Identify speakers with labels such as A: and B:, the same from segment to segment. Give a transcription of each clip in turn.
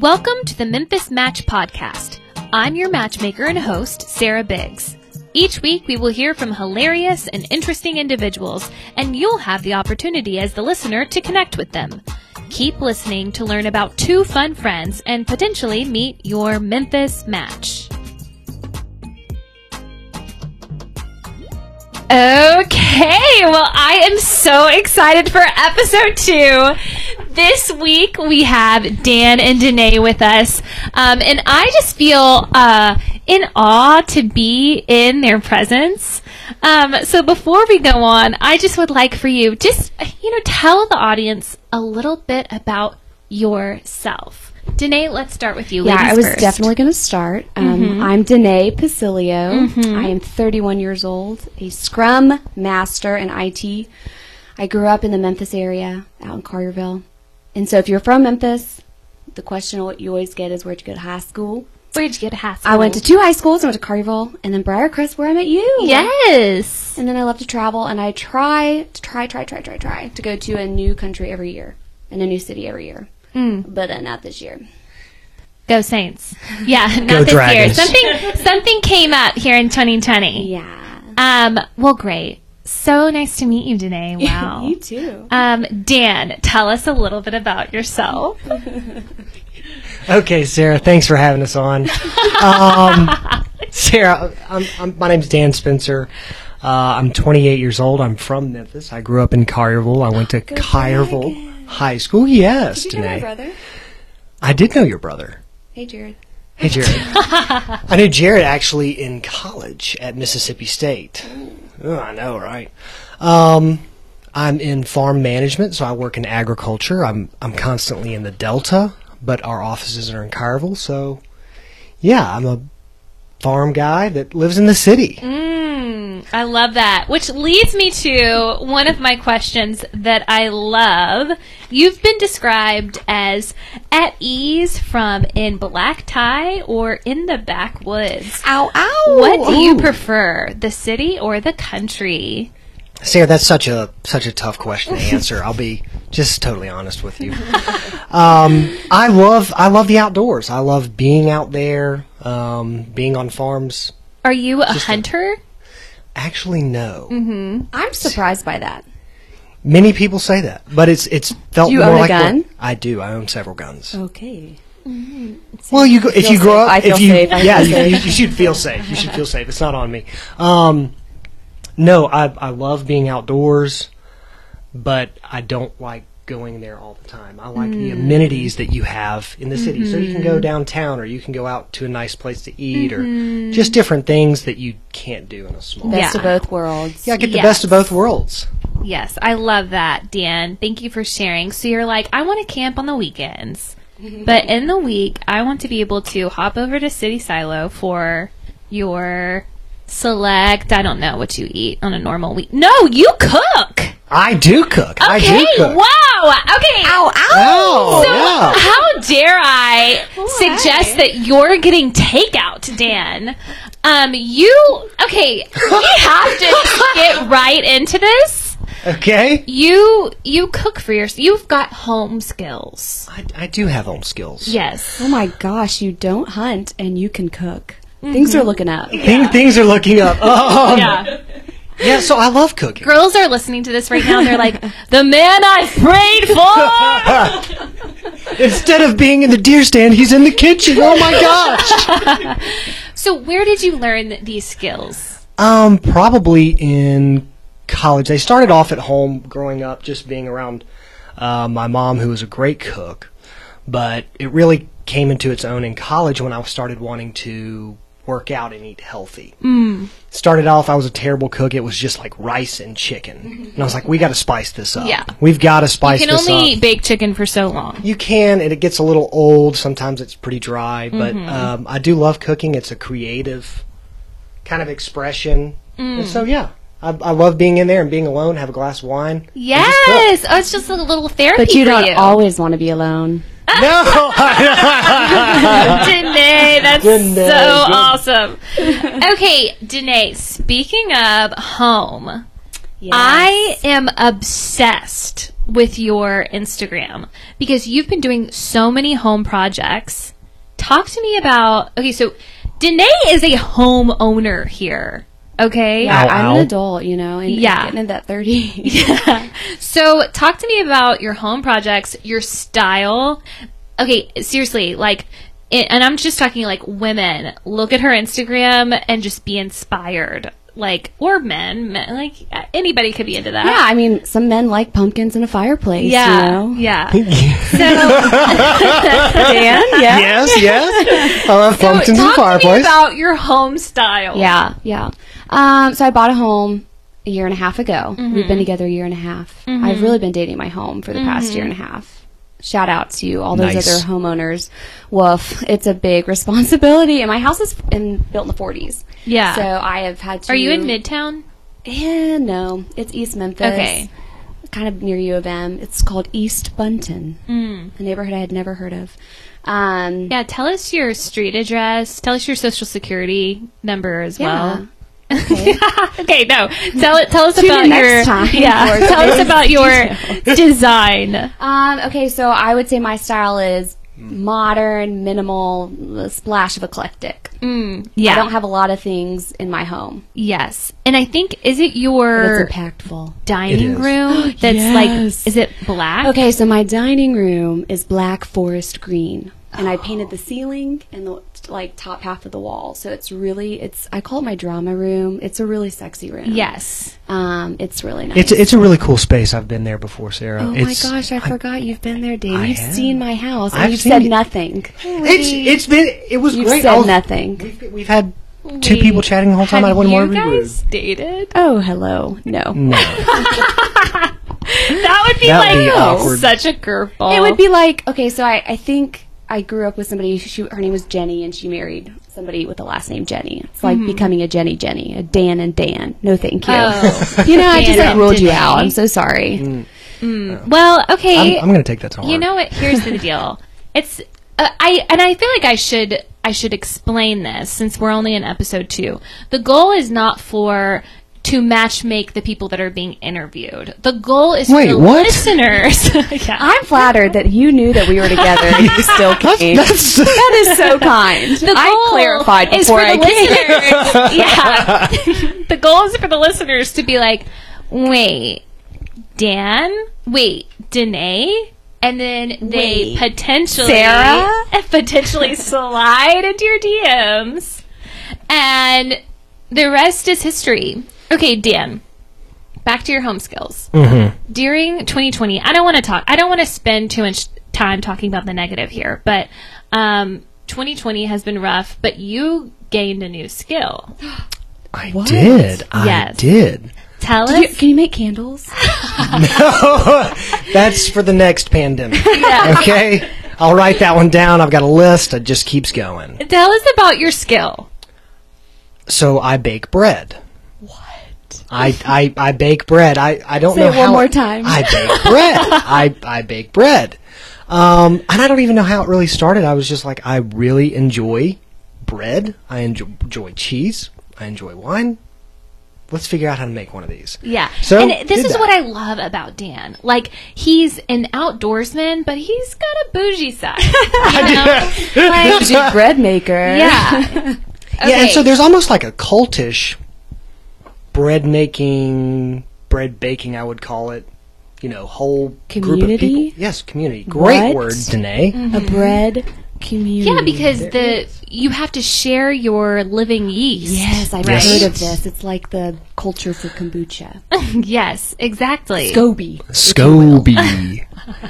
A: Welcome to the Memphis Match Podcast. I'm your matchmaker and host, Sarah Biggs. Each week, we will hear from hilarious and interesting individuals, and you'll have the opportunity as the listener to connect with them. Keep listening to learn about two fun friends and potentially meet your Memphis match. Okay, well, I am so excited for episode two. This week we have Dan and Danae with us, um, and I just feel uh, in awe to be in their presence. Um, so before we go on, I just would like for you just you know tell the audience a little bit about yourself. Danae, let's start with you.
B: Yeah,
A: ladies
B: I was
A: first. Mm-hmm.
B: definitely going to start. Um, I'm Danae Pasilio. I am 31 years old, a scrum master in IT. I grew up in the Memphis area, out in Collierville. And so if you're from Memphis, the question al- you always get is where'd you go to high school?
A: Where'd you get a hat?
B: I went to two high schools. I went to Collierville and then Briarcrest, where I met you.
A: yes.
B: And then I love to travel, and I try, try, try, try, try, try to go to a new country every year and a new city every year.
A: Mm.
B: But uh, not this year.
A: Go Saints. Yeah, not
C: Go
A: this
C: Dragons.
A: year. Something something came up here in 2020.
B: Yeah.
A: Um, well great. So nice to meet you today. Wow.
B: You too.
A: Um, Dan, tell us a little bit about yourself.
C: Okay, Sarah, thanks for having us on. Um, Sarah, I'm, I'm, my name's Dan Spencer. Uh, I'm 28 years old. I'm from Memphis. I grew up in Collierville. I went to Collierville High School. Yes,
B: Did you know my
C: Danae.
B: brother?
C: I did know your brother.
B: Hey, Jared.
C: Hey, Jared. I knew Jared actually in college at Mississippi State. Oh, I know, right? Um, I'm in farm management, so I work in agriculture. I'm I'm constantly in the Delta, but our offices are in Carville, so yeah, I'm a farm guy that lives in the city.
A: Mm, I love that. Which leads me to one of my questions that I love. You've been described as at ease from in black tie or in the backwoods.
B: Ow, ow.
A: What do you
C: Ooh.
A: prefer, the city or the country?
C: Sarah, that's such a such a tough question to answer. I'll be just totally honest with you. Um, I love I love the outdoors. I love being out there, um, being on farms.
A: Are you a hunter?
C: Actually, no.
B: Mm-hmm. I'm surprised by that.
C: Many people say that, but it's it's felt
B: Do you
C: more
B: own a
C: like what-
B: gun?
C: I do. I own several guns.
B: Okay.
C: well, you go, if you
B: safe.
C: grow up,
B: I
C: if
B: feel
C: you
B: safe. I
C: yeah,
B: feel
C: you, you, you should feel safe. You should feel safe. It's not on me. Um, no, I I love being outdoors, but I don't like going there all the time. I like
B: Hmm.
C: the amenities that you have in the city. So you can
B: Mm-hmm.
C: go downtown, or you can go out to a nice place to eat,
B: Mm-hmm.
C: or just different things that you can't do in a small.
B: Best
A: Yeah.
B: of both worlds.
C: Yeah, I get the best of both worlds.
A: Yes, I love that, Dan. Thank you for sharing. So you're like, I want to camp on the weekends, but in the week, I want to be able to hop over to City Silo for your select. I don't know what you eat on a normal week. No, you cook.
C: I do cook. I
A: Okay.
C: do cook.
A: Wow. Okay. Ow.
C: Oh,
A: So
C: yeah.
A: how dare I suggest that you're getting takeout, Dan? Um, you okay? We have to get right into this.
C: Okay.
A: You you cook for yourself. You've got home skills.
C: I, I do have home skills.
A: Yes.
B: Oh my gosh, you don't hunt and you can cook. Things are looking up.
C: Thing, things are looking up. Um, yeah. so I love cooking.
A: Girls are listening to this right now. and They're like, the man I prayed for.
C: Instead of being in the deer stand, he's in the kitchen. Oh my gosh.
A: So where did you learn these skills?
C: Um, probably in college. They started off at home growing up, just being around uh, my mom, who was a great cook. But it really came into its own in college when I started wanting to work out and eat healthy.
A: Mm.
C: started off i was a terrible cook it was just like rice and chicken and i was like we got to spice this up
A: Yeah.
C: we've got to
A: You
C: spice
A: can
C: this
A: only
B: uh,
C: up
A: bake chicken for so
B: oh.
A: long.
C: you can and it gets a little old sometimes it's pretty dry but
A: Mm-hmm.
C: um, i do love cooking it's a creative kind of expression
A: Mm.
C: and so yeah I, I love being in there and being alone have a glass of wine and just
A: Yes. Oh, it's just a little therapy
B: But you
A: for
B: don't
A: you.
B: always want to be alone.
C: cook. no
A: Danae, that's
C: Danae,
A: so
C: good.
A: awesome. Okay, Danae, speaking of home, I am obsessed with your Instagram because you've been doing so many home projects. Talk to me about okay, so Danae is a homeowner here. Okay.
B: Yeah,
C: Ow,
B: I'm
C: ow.
B: an adult, you know, and
A: Yeah.
B: yeah. getting in that 30.
A: Yeah. So, talk to me about your home projects, your style. Okay, seriously, like, it, and I'm just talking like women. Look at her Instagram and just be inspired. Like, or men, men like uh, anybody could be into that.
B: Yeah, I mean, some men like pumpkins in a fireplace.
A: Yeah.
B: you know?
A: Yeah. So, Dan, yeah.
C: yes, yes. I love
A: So,
C: pumpkins in the
A: talk to me
C: fireplace.
A: about your home style.
B: yeah, yeah. Um, so I bought a home a year and a half ago.
A: Mm-hmm.
B: We've been together a year and a half. I've really been dating my home for the past
A: Mm-hmm.
B: year and a half. Shout out to all those
C: Nice.
B: other homeowners. Woof, it's a big responsibility. And my house is in, built in the 40s.
A: Yeah.
B: So I have had to.
A: Are you in Midtown?
B: Eh, no, it's East Memphis.
A: Okay.
B: Kind of near U of M. It's called East Bunton, mm. a neighborhood I had never heard of. Um,
A: Yeah. Tell us your street address. Tell us your social security number as
B: Yeah.
A: well. okay, no. Tell it. Tell us
B: Tune
A: about
B: in
A: your.
B: next time
A: Yeah.
B: for
A: Tell us
B: today's
A: about your design.
B: Um, okay, so I would say my style is
C: Hmm.
B: modern, minimal, a splash of eclectic.
A: Mm. Yeah.
B: Mm. I don't have a lot of things in my home. Er,
A: yes, and I think is it
B: It's
A: your
B: impactful.
A: dining
C: It is.
A: room that's
B: Yes.
A: like is it black?
B: Okay, so my dining room is black forest green. And I painted the ceiling and the like top half of the wall. So it's really it's I call it my drama room. It's a really sexy room.
A: Yes.
B: Um, it's really nice.
C: It's it's a really cool space. I've been there before, Sarah.
B: Oh
C: it's,
B: my gosh, I, forgot you've been there, Dave.
C: I
B: You've
C: have.
B: seen my house and
C: I've
B: you've
C: seen
B: said
C: it.
B: nothing.
C: It's it's been it was
B: You've
C: great.
B: said
C: I was-
B: nothing.
C: We've, we've had two people chatting the whole time.
A: Have
C: I wouldn't
A: you
C: want to be rude.
A: guys dated?
B: Oh, hello. No.
A: That would be
C: That
A: like oh,
C: would be awkward.
A: such a curveball.
B: It would be like okay, so I, I think I grew up with somebody. She her name was Jenny, and she married somebody with the last name Jenny. It's like
A: Mm-hmm.
B: becoming a Jenny Jenny, a Dan and Dan. No, thank you.
A: Oh.
B: You know, I
A: Dan
B: just like
A: and Mm.
B: ruled you
A: Danae.
B: out. I'm so sorry.
A: Well, okay.
C: I'm, I'm going to take that to heart.
A: You know what? Here's the deal. It's uh, I and I feel like I should I should explain this since we're only in episode two. The goal is not for to match make the people that are being interviewed. The goal is
C: Wait,
A: for the
C: what?
A: listeners. yeah.
B: I'm flattered that you knew that we were together and you still came.
C: That's
B: that is so kind.
A: the
B: I
A: goal
B: clarified
A: is
B: before
A: for the
B: I came.
A: listeners. yeah. the goal is for the listeners to be like, wait, Dan, wait, Danae, and then they
B: Wait,
A: potentially
B: Sarah?
A: potentially slide into your DMs, and the rest is history. Okay, Dan. Back to your home skills. During 2020, I don't want to talk. I don't want to spend too much time talking about the negative here, but um, 2020 has been rough. But you gained a new skill.
C: I did. I
A: Yes.
C: did.
A: Tell
B: Do you-
A: us.
B: Can you make candles?
C: That's for the next pandemic. Okay? I'll write that one down. I've got a list. It just keeps going.
A: Tell us about your skill.
C: So I bake bread. What? I, I, I bake bread. I, I don't
B: Say
C: know
B: it
C: how
B: one more time.
C: I bake bread. I, I bake bread. Um, and I don't even know how it really started. I was just like, I really enjoy bread. I enjoy, enjoy cheese. I enjoy wine. Let's figure out how to make one of these.
A: Yeah.
C: So
A: and this
C: did
A: is
C: that.
A: what I love about Dan. Like he's an outdoorsman, but he's got a bougie side. You know?
B: Like, she's a bread maker.
A: yeah.
C: Yeah, and
A: Okay.
C: so there's almost like a cultish bread making, bread baking, I would call it. You know, whole group of
B: Community?
C: people. Yes, community. Great
B: What?
C: word, Danae.
A: Mm-hmm.
B: A bread community.
A: Yeah, because the you have to share your living yeast.
B: Yes, I've
C: Yes.
B: heard of this. It's like the culture for kombucha.
A: yes, exactly.
B: Gobi.
C: Scoby.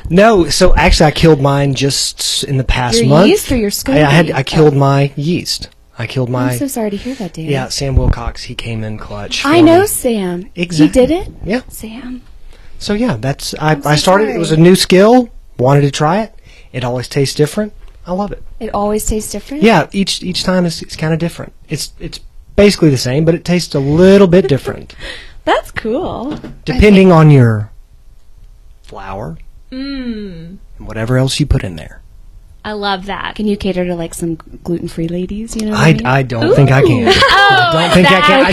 C: no, so actually, I killed mine just in the past
B: Your
C: month.
B: yeast or your
C: I, I had
B: SCOBY?
C: I killed my yeast. I killed my
B: I'm so sorry to hear that, Dan.
C: yeah. Sam Wilcox. He came in clutch.
B: I
C: for
B: know
C: me.
B: Sam.
C: Exactly.
B: He did it?
C: Yeah.
B: Sam.
C: So yeah, that's I. I started. It was a new skill. Wanted to try it. It always tastes different. I love it.
B: It always tastes different?
C: Yeah, each each time is it's kind of different. It's it's basically the same, but it tastes a little bit different
B: That's cool.
C: depending on your flour and whatever else you put in there.
A: Mm, I love that.
B: Can you cater to like some gluten free ladies? You know, what I,
C: I,
B: mean?
C: I don't think I can. I don't think I can. I
B: Oh,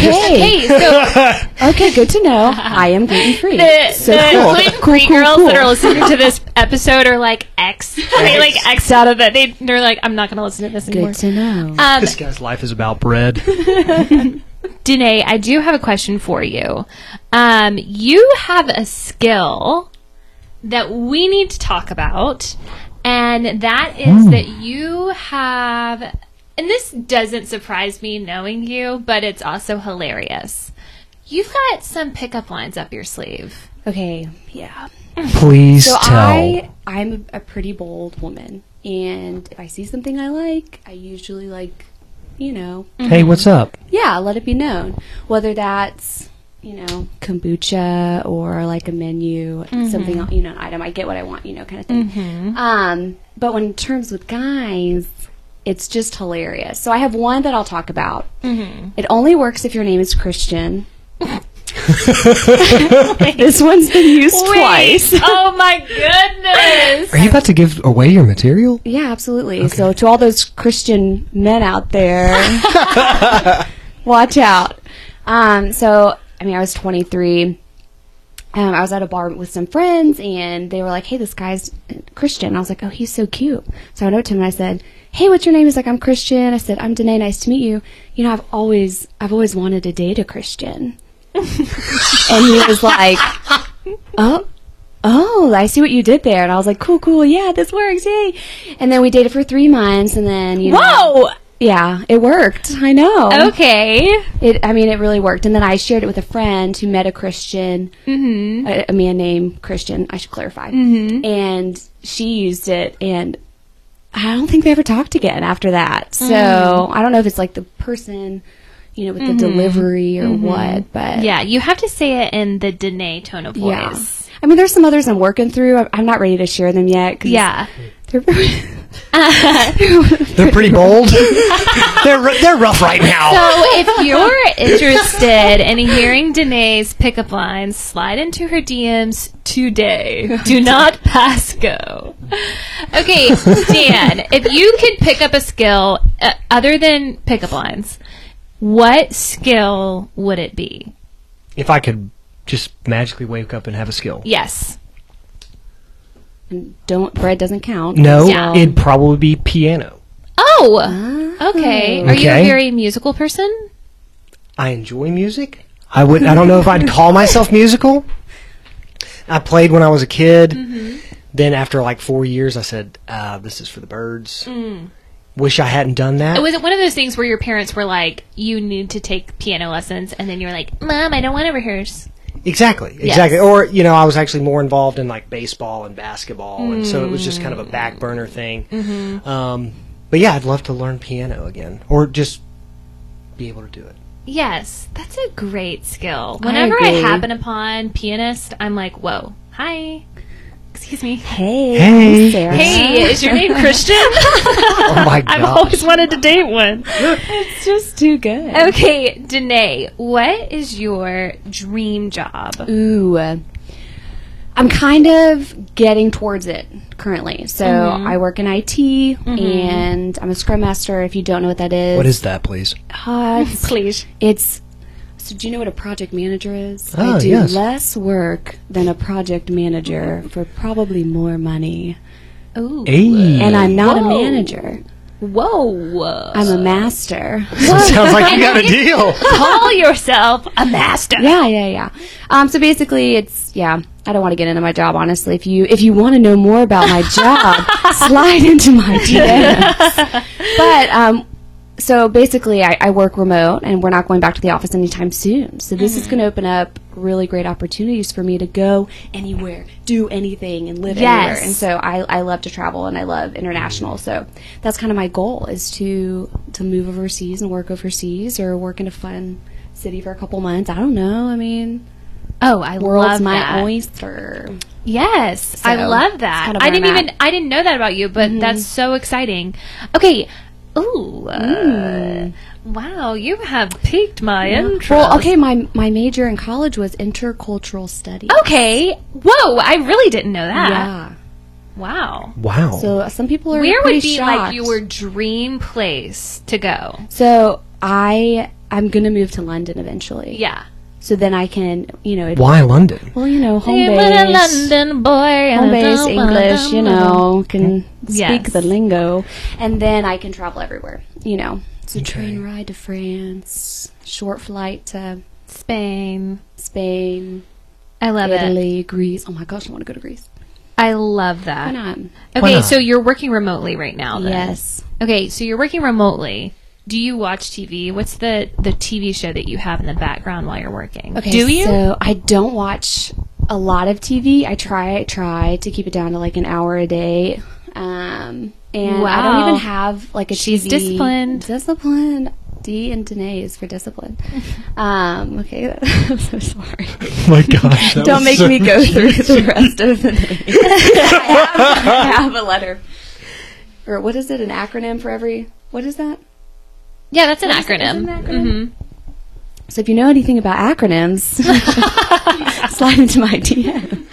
A: Okay,
B: okay.
C: just
A: so
B: okay, good to know. I am gluten free.
A: the,
B: so
A: the
B: cool.
A: gluten
B: cool,
A: free
B: cool,
A: girls
B: cool.
A: that are listening to this episode are like X. they like X out of it. They, they're like, I'm not going to listen to this anymore.
B: Good to know.
A: Um,
C: this guy's life is about bread.
A: Danae, I do have a question for you. Um, you have a skill that we need to talk about, and that is that you have, and this doesn't surprise me knowing you, but it's also hilarious. You've got some pickup lines up your sleeve.
B: okay, yeah.
C: Please
B: So
C: tell.
B: I I'm a pretty bold woman, and if I see something I like, I usually like, you know,
C: Hey, what's up?
B: yeah, let it be known. Whether that's you know kombucha or like a menu, something el- you know, an item. I get what I want, you know, kind of thing. Um, but when in terms with guys, it's just hilarious. So I have one that I'll talk about. It only works if your name is Christian. this one's been used twice.
A: oh my goodness!
C: Are you about to give away your material?
B: Yeah, absolutely. So to all those Christian men out there, watch out. Um, so I mean, I was 23. Um, I was at a bar with some friends, and they were like, "Hey, this guy's Christian." And I was like, "Oh, he's so cute." So I went up to him and I said, "Hey, what's your name?" He's like, "I'm Christian." I said, "I'm Danae. Nice to meet you." You know, I've always, I've always wanted to date a Christian. and he was like, "Oh, oh, I see what you did there. And I was like, cool, cool, yeah, this works, yay. And then we dated for three months, and then, you know.
A: Whoa!
B: Yeah, it worked. I know.
A: Okay.
B: It, I mean, it really worked. And then I shared it with a friend who met a Christian,
A: Mm-hmm.
B: a, a man named Christian, I should clarify. And she used it, and I don't think they ever talked again after that. So
A: Mm.
B: I don't know if it's like the person, you know, with the
A: Mm-hmm.
B: delivery or what, but.
A: Yeah, you have to say it in the Danae tone of voice.
B: Yeah. I mean, there's some others I'm working through. I'm- I'm not ready to share them yet. 'cause
A: Yeah.
B: They're,
C: They're pretty bold. they're ru- they're rough right now.
A: So if you're interested in hearing Danae's pickup lines, slide into her DMs today. Do not pass go. Okay, Dan, if you could pick up a skill uh, other than pickup lines, what skill would it be?
C: If I could just magically wake up and have a skill.
A: Yes.
B: don't bread doesn't count.
C: No,
A: Yeah.
C: it'd probably be piano.
A: Oh, okay. Are you a
C: Okay.
A: very musical person?
C: I enjoy music. I would. I don't know if I'd call myself musical. I played when I was a kid. Then after like four years, I said, uh, "This is for the birds." Wish Mm. I hadn't done that.
A: Was it one of those things where your parents were like, you need to take piano lessons, and then you're like, Mom, I don't want to rehearse?
C: Exactly, exactly. Or you know, I was actually more involved in like baseball and basketball, and so it was just kind of a back burner thing. Um, but yeah, I'd love to learn piano again, or just be able to do it.
A: Yes, that's a great skill. Whenever I,
B: agree.
A: happen upon pianist, I'm like, whoa, hi, excuse me.
B: Hey,
C: Hey.
B: I'm Oh, Sarah.
A: Hey, is your name Christian?
C: Oh my
A: I've
C: god!
A: always wanted to date one.
B: It's just too good.
A: Okay, Danae, what is your dream job?
B: Ooh. I'm kind of getting towards it currently. So
A: Mm-hmm.
B: I work in IT and I'm a scrum master. If you don't know what that is,
C: What is that, please?
B: hot?
A: Please.
B: it's so do you know what a project manager is?
C: Ah,
B: I do
C: yes.
B: less work than a project manager for probably more money.
A: Ooh.
C: Hey,
B: And I'm not
A: Whoa.
B: a manager.
A: Whoa.
B: I'm a master.
C: sounds like you got a deal.
A: Call yourself a master.
B: yeah, yeah, yeah. Um, so basically, it's yeah. I don't want to get into my job, honestly. If you if you want to know more about my job, slide into my DMs. But um, so basically, I, I work remote, and we're not going back to the office anytime soon. So this
A: Mm-hmm.
B: is going to open up really great opportunities for me to go anywhere, do anything, and live
A: Yes.
B: anywhere. And so I, I love to travel, and I love international. So that's kind of my goal is to to move overseas and work overseas, or work in a fun city for a couple months. I don't know. I mean,
A: Oh, I
B: world's
A: love
B: my
A: that.
B: oyster.
A: Yes, I
B: So,
A: love
B: it's
A: that.
B: kind of
A: I
B: where
A: didn't
B: I'm Mm-hmm.
A: even I didn't know that about you, but that's so exciting. Okay. Ooh. uh, wow, you have piqued my interest.
B: Mm. Well, okay, my my major in college was intercultural studies.
A: Oh, Okay. Whoa, I really didn't know that.
B: Yeah.
A: Wow.
C: Wow.
B: So some people are
A: Where would
B: pretty
A: be
B: shocked.
A: like your dream place to go?
B: So I I'm gonna move to London eventually.
A: Yeah.
B: So then I can you know it,
C: Why London?
B: well you know home
A: You were a
B: base.
A: London boy. and
B: Home
A: I
B: base
A: don't wanna
B: English, you
A: bum-
B: know, can speak
A: Yes.
B: the lingo, and then I can travel everywhere. You know, so train ride to France, short flight to
A: Spain.
B: Spain,
A: I love it.
B: Italy, Greece. Oh my gosh, I want to go to Greece.
A: I love
B: Why
A: that.
B: not?
A: Okay,
C: not?
A: so you're working remotely right now. Then.
B: Yes.
A: Okay, so you're working remotely. Do you watch TV? What's the the TV show that you have in the background while you're working?
B: Okay,
A: Do you?
B: So I don't watch a lot of TV. I try I try to keep it down to like an hour a day. Um, and I
A: Wow.
B: don't even have like a
A: She's
B: TV.
A: disciplined.
B: Disciplined. D and Danae is for discipline. Um, okay, I'm so sorry.
C: Oh my gosh. that
B: Don't
C: was
B: make
C: so-
B: me go through the rest of the name. I, have, I have a letter, or what is it? An acronym for every. What is that?
A: yeah, that's an
B: Is it-
A: acronym.
B: is it an acronym? So if you know anything about acronyms, slide into my DM.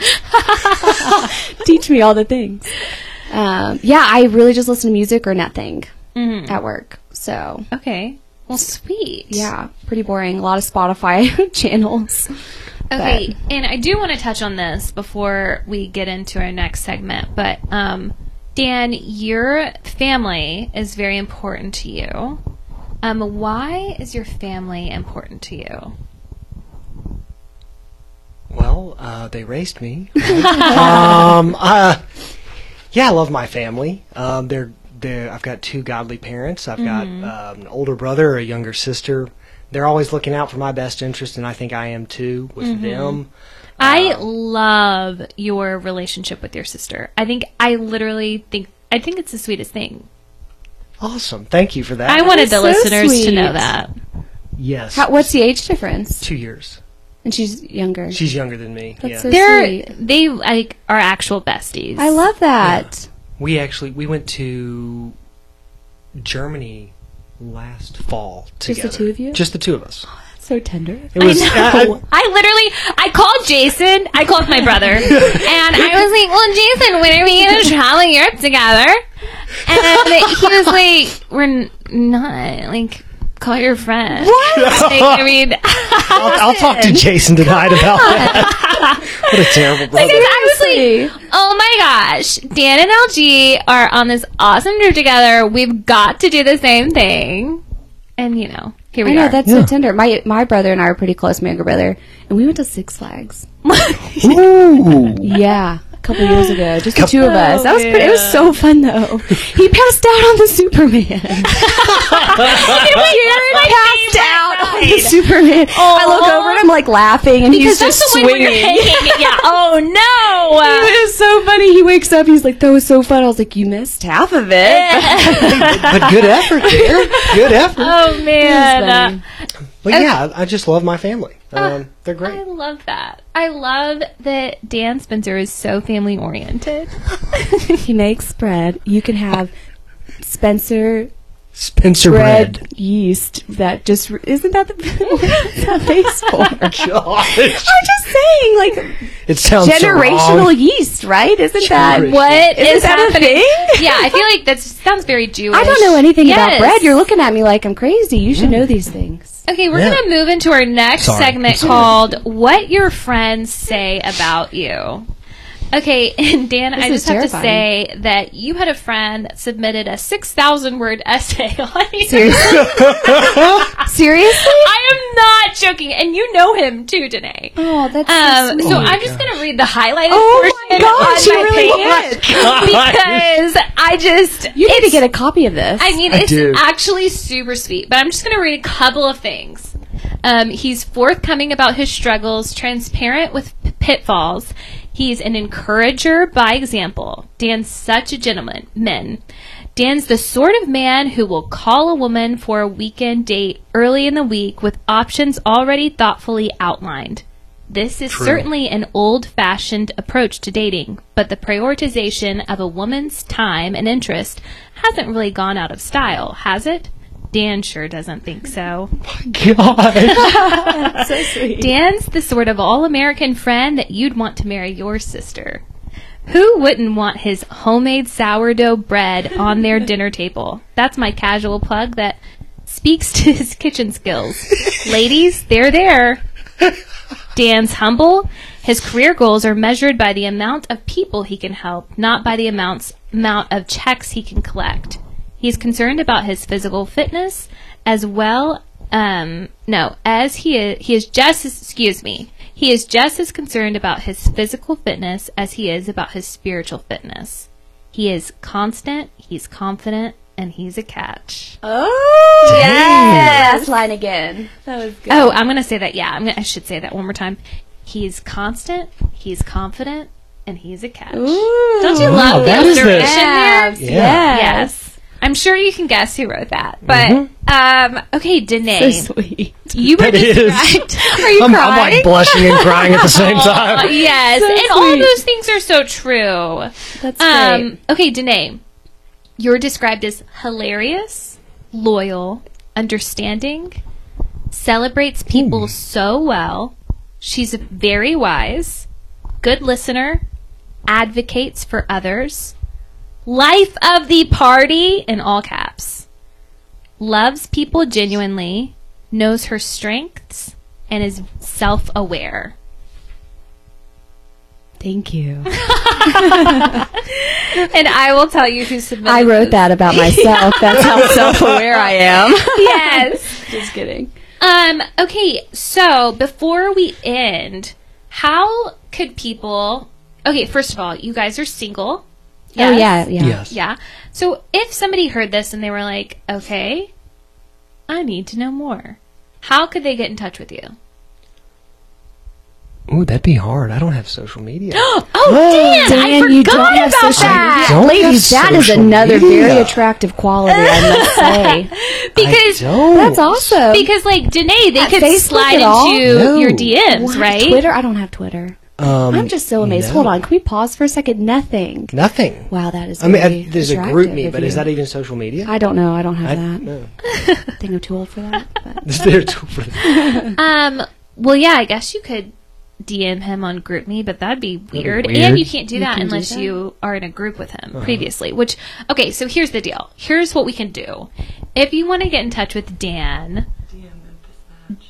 B: Teach me all the things. Um, yeah, I really just listen to music or nothing at work. So
A: Okay. Well, sweet.
B: yeah, pretty boring. A lot of Spotify channels.
A: Okay, and I do want to touch on this before we get into our next segment, but um, Dan, your family is very important to you. Um, why is your family important to you?
C: Well, uh, they raised me. um, uh, yeah, I love my family. Um, they're, they're, I've got two godly parents. I've
B: Mm-hmm.
C: got um, an older brother, a younger sister. They're always looking out for my best interest, and I think I am too with
B: Mm-hmm.
C: them.
A: I love your relationship with your sister. I think I literally think I think it's the sweetest thing.
C: Awesome. Thank you for that.
A: I wanted
B: is
A: the
B: so
A: listeners to
B: sweet.
A: know that.
C: yes.
B: How, what's the age difference?
C: two years.
B: And she's younger.
C: She's younger than me.
B: That's
C: yeah.
B: so
A: They're
B: sweet.
A: they like are actual besties.
B: I love that.
C: We actually we went to Germany last fall
B: Just
C: together.
B: the two of you?
C: Just the two of us.
B: So tender.
C: It was
A: I know. I, literally, I called Jason. I called my brother, and I was like, "Well, Jason, when are we going to travel Europe together?" And then he was like, "We're n- not like call your friend." What? I mean,
C: I'll, I'll talk to Jason tonight about that. what a terrible brother.
A: I was like, "Oh my gosh, Dan and LG are on this awesome trip together. We've got to do the same thing." And you know, here
B: I
A: we
B: know
A: are.
B: that's
C: Yeah.
B: so tender. My my brother and I are pretty close, my younger brother, and we went to Six Flags.
C: Ooh.
B: Yeah, a couple years ago, just the
C: Couple-
B: two of us. That was pretty, it was so fun though. He passed out on the Superman. passed out on the Superman. I look
A: Aw.
B: over and I'm like laughing, and
A: because
B: he's
A: that's
B: just
A: the one where you're
B: swinging.
A: hanging. Yeah. Oh no.
B: It was so funny. He wakes up. He's like, "That was so fun." I was like, "You missed half of it."
C: But good effort there. Good effort.
A: Oh man.
C: But yeah, I I just love my family.
B: Uh,
C: Um, they're
A: I
C: great.
A: love that. I love that Dan Spencer is so family oriented.
B: he makes bread. You can have Spencer
C: Spencer
B: bread,
C: bread.
B: yeast that just isn't that the that face for? I'm
C: Gosh.
B: just saying, like
C: It sounds
B: generational
C: So wrong.
B: yeast, right? Isn't that
C: Generational.
B: what?
A: What
B: Isn't
A: is
B: that a
A: happening?
B: thing?
A: Yeah, I feel like that sounds very Jewish.
B: I don't know anything
A: Yes.
B: about bread. You're looking at me like I'm crazy. You should know these things.
A: Okay, we're
C: Yeah.
A: gonna move into our next
C: Sorry.
A: segment
C: Sorry.
A: called "What Your Friends Say About You." Okay, and Dan, I
B: is
A: just have to
B: terrifying.
A: say that you had a friend that submitted a six thousand word essay on you.
B: Seriously?
A: Ah,
B: Seriously?
A: I am not joking, and you know him too, Danae.
B: Oh, that's so
A: Um,
B: sweet.
A: so I'm just going to read the highlighted
B: Oh my
A: portion
B: gosh,
A: on
B: you
A: my
B: really
A: page
B: did.
A: because I just
B: you need to get a copy of this.
A: I mean,
C: I
A: it's
C: do.
A: actually super sweet, but I'm just going to read a couple of things. Um, he's forthcoming about his struggles, transparent with p- pitfalls. He's an encourager by example. Dan's such a gentleman. Men. Dan's the sort of man who will call a woman for a weekend date early in the week with options already thoughtfully outlined. This is certainly an old fashioned approach to dating, but the prioritization of a woman's time and interest hasn't really gone out of style, has it? Dan sure doesn't think so.
C: God.
A: Dan's the sort of all American friend that you'd want to marry your sister. Who wouldn't want his homemade sourdough bread on their dinner table? That's my casual plug that speaks to his kitchen skills. Ladies, they're there. Dan's humble. His career goals are measured by the amount of people he can help, not by the amounts, amount of checks he can collect. He's concerned about his physical fitness as well. Um, no, as he is, he is just as, excuse me, he is just as concerned about his physical fitness as he is about his spiritual fitness. He is constant, he's confident, and he's a catch.
D: Oh,
B: Last line again.
D: that was good.
A: Oh, I'm gonna say that. Yeah, I'm gonna, I should say that one more time. He's constant. He's confident, and he's a catch. Don't you love the
C: that is the-
A: observation there?
D: Yes.
C: Yeah.
A: Yes. I'm sure you can guess who wrote that, but um, okay, Danae,
D: So sweet.
A: you were
C: Mm-hmm. That is.
A: described. Are you
C: I'm,
A: crying?
C: I'm like blushing and crying at the same
A: Aw,
C: time.
A: yes,
D: So
A: and all
D: sweet.
A: those things are so true.
D: That's great.
A: Um, okay, Danae, you're described as hilarious, loyal, understanding, celebrates people so well. She's very wise, good listener, advocates for others, life of the party in all caps, loves people genuinely, knows her strengths, and is self aware.
D: Thank you.
A: And I will tell you who submitted.
B: I wrote that about myself. That's how self-aware I am.
A: yes.
D: Just kidding.
A: Um, okay, so before we end, how could people Okay, first of all, you guys are single.
B: Oh
A: Yes?
B: yeah, yeah.
C: Yes.
A: Yeah. So if somebody heard this and they were like, "Okay, I need to know more." How could they get in touch with you?
C: Ooh, that'd be hard. I don't have social media.
A: Oh, Dan, I
B: Dan,
A: forgot
B: you don't have
A: about
B: social
A: that.
C: Don't
B: Ladies,
C: have
B: that is
C: social
B: another
C: media.
B: very attractive quality, I must say.
A: Because
C: I don't.
B: That's awesome.
A: because like Danae, they
B: At
A: could
B: Facebook
A: slide
B: at all?
A: into
C: No.
A: your DMs,
B: What?
A: right?
B: Twitter? I don't have Twitter.
C: Um,
B: I'm just so amazed.
C: no.
B: Hold on, can we pause for a second? Nothing.
C: Nothing.
B: Wow, that is.
C: I mean,
B: very
C: I, there's a
B: attractive
C: group me,
B: of
C: but is
B: you.
C: that even social media?
B: I don't know. I don't have that.
C: no.
B: I think I'm too old for that. But.
C: They're too-
A: Um. Well, yeah, I guess you could DM him on GroupMe, but that'd be weird. Uh-huh.
C: weird.
A: And you can't do that
B: can do
A: unless
B: that.
A: you are in a group with him previously. Which, okay, so here's the deal. Here's what we can do. If you want to get in touch with Dan,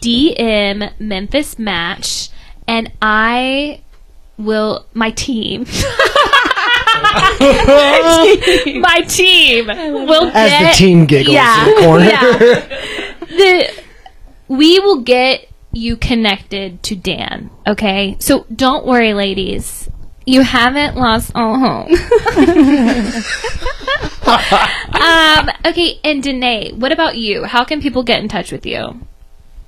A: DM Memphis Match, and I will my team. my team will
C: As
A: get
C: the team giggles in the corner.
A: yeah. The- we will get you connected to Dan, okay? So don't worry, ladies. You haven't lost all hope. um, okay, and Danae, what about you? How can people get in touch with you?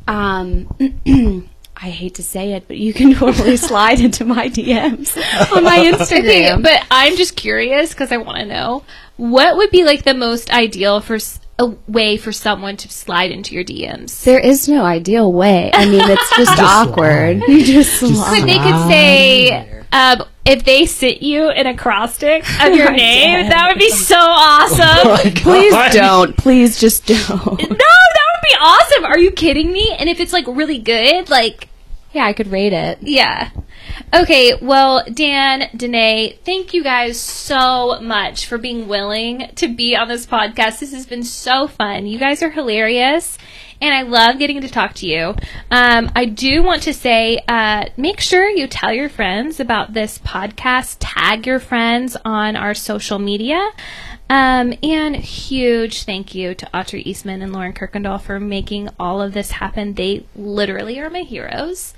B: Um, I hate to say it, but you can totally slide into my DMs on my
A: Okay,
B: Instagram.
A: but I'm just curious because I want to know what would be like the most ideal for s- a way for someone to slide into your DMs.
B: there is no ideal way. I mean, it's just, awkward. You just slide.
A: But they could say um, if they sit you an acrostic of your name, that would be so awesome.
B: Please
C: God.
B: don't. Please just don't.
A: no, that would be awesome. Are you kidding me? And if it's like really good, like
B: Yeah, I could rate it.
A: yeah. Okay, well, Dan, Danae, thank you guys so much for being willing to be on this podcast. This has been so fun. You guys are hilarious, and I love getting to talk to you. Um, I do want to say uh, make sure you tell your friends about this podcast, tag your friends on our social media. Um, and huge thank you to Autry Eastman and Lauren Kirkendall for making all of this happen. They literally are my heroes.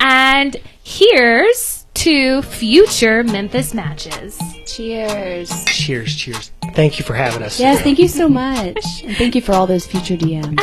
A: And here's to future Memphis matches.
B: Cheers.
C: Cheers, cheers. Thank you for having us.
B: Yes, thank you so much. And thank you for all those future DMs.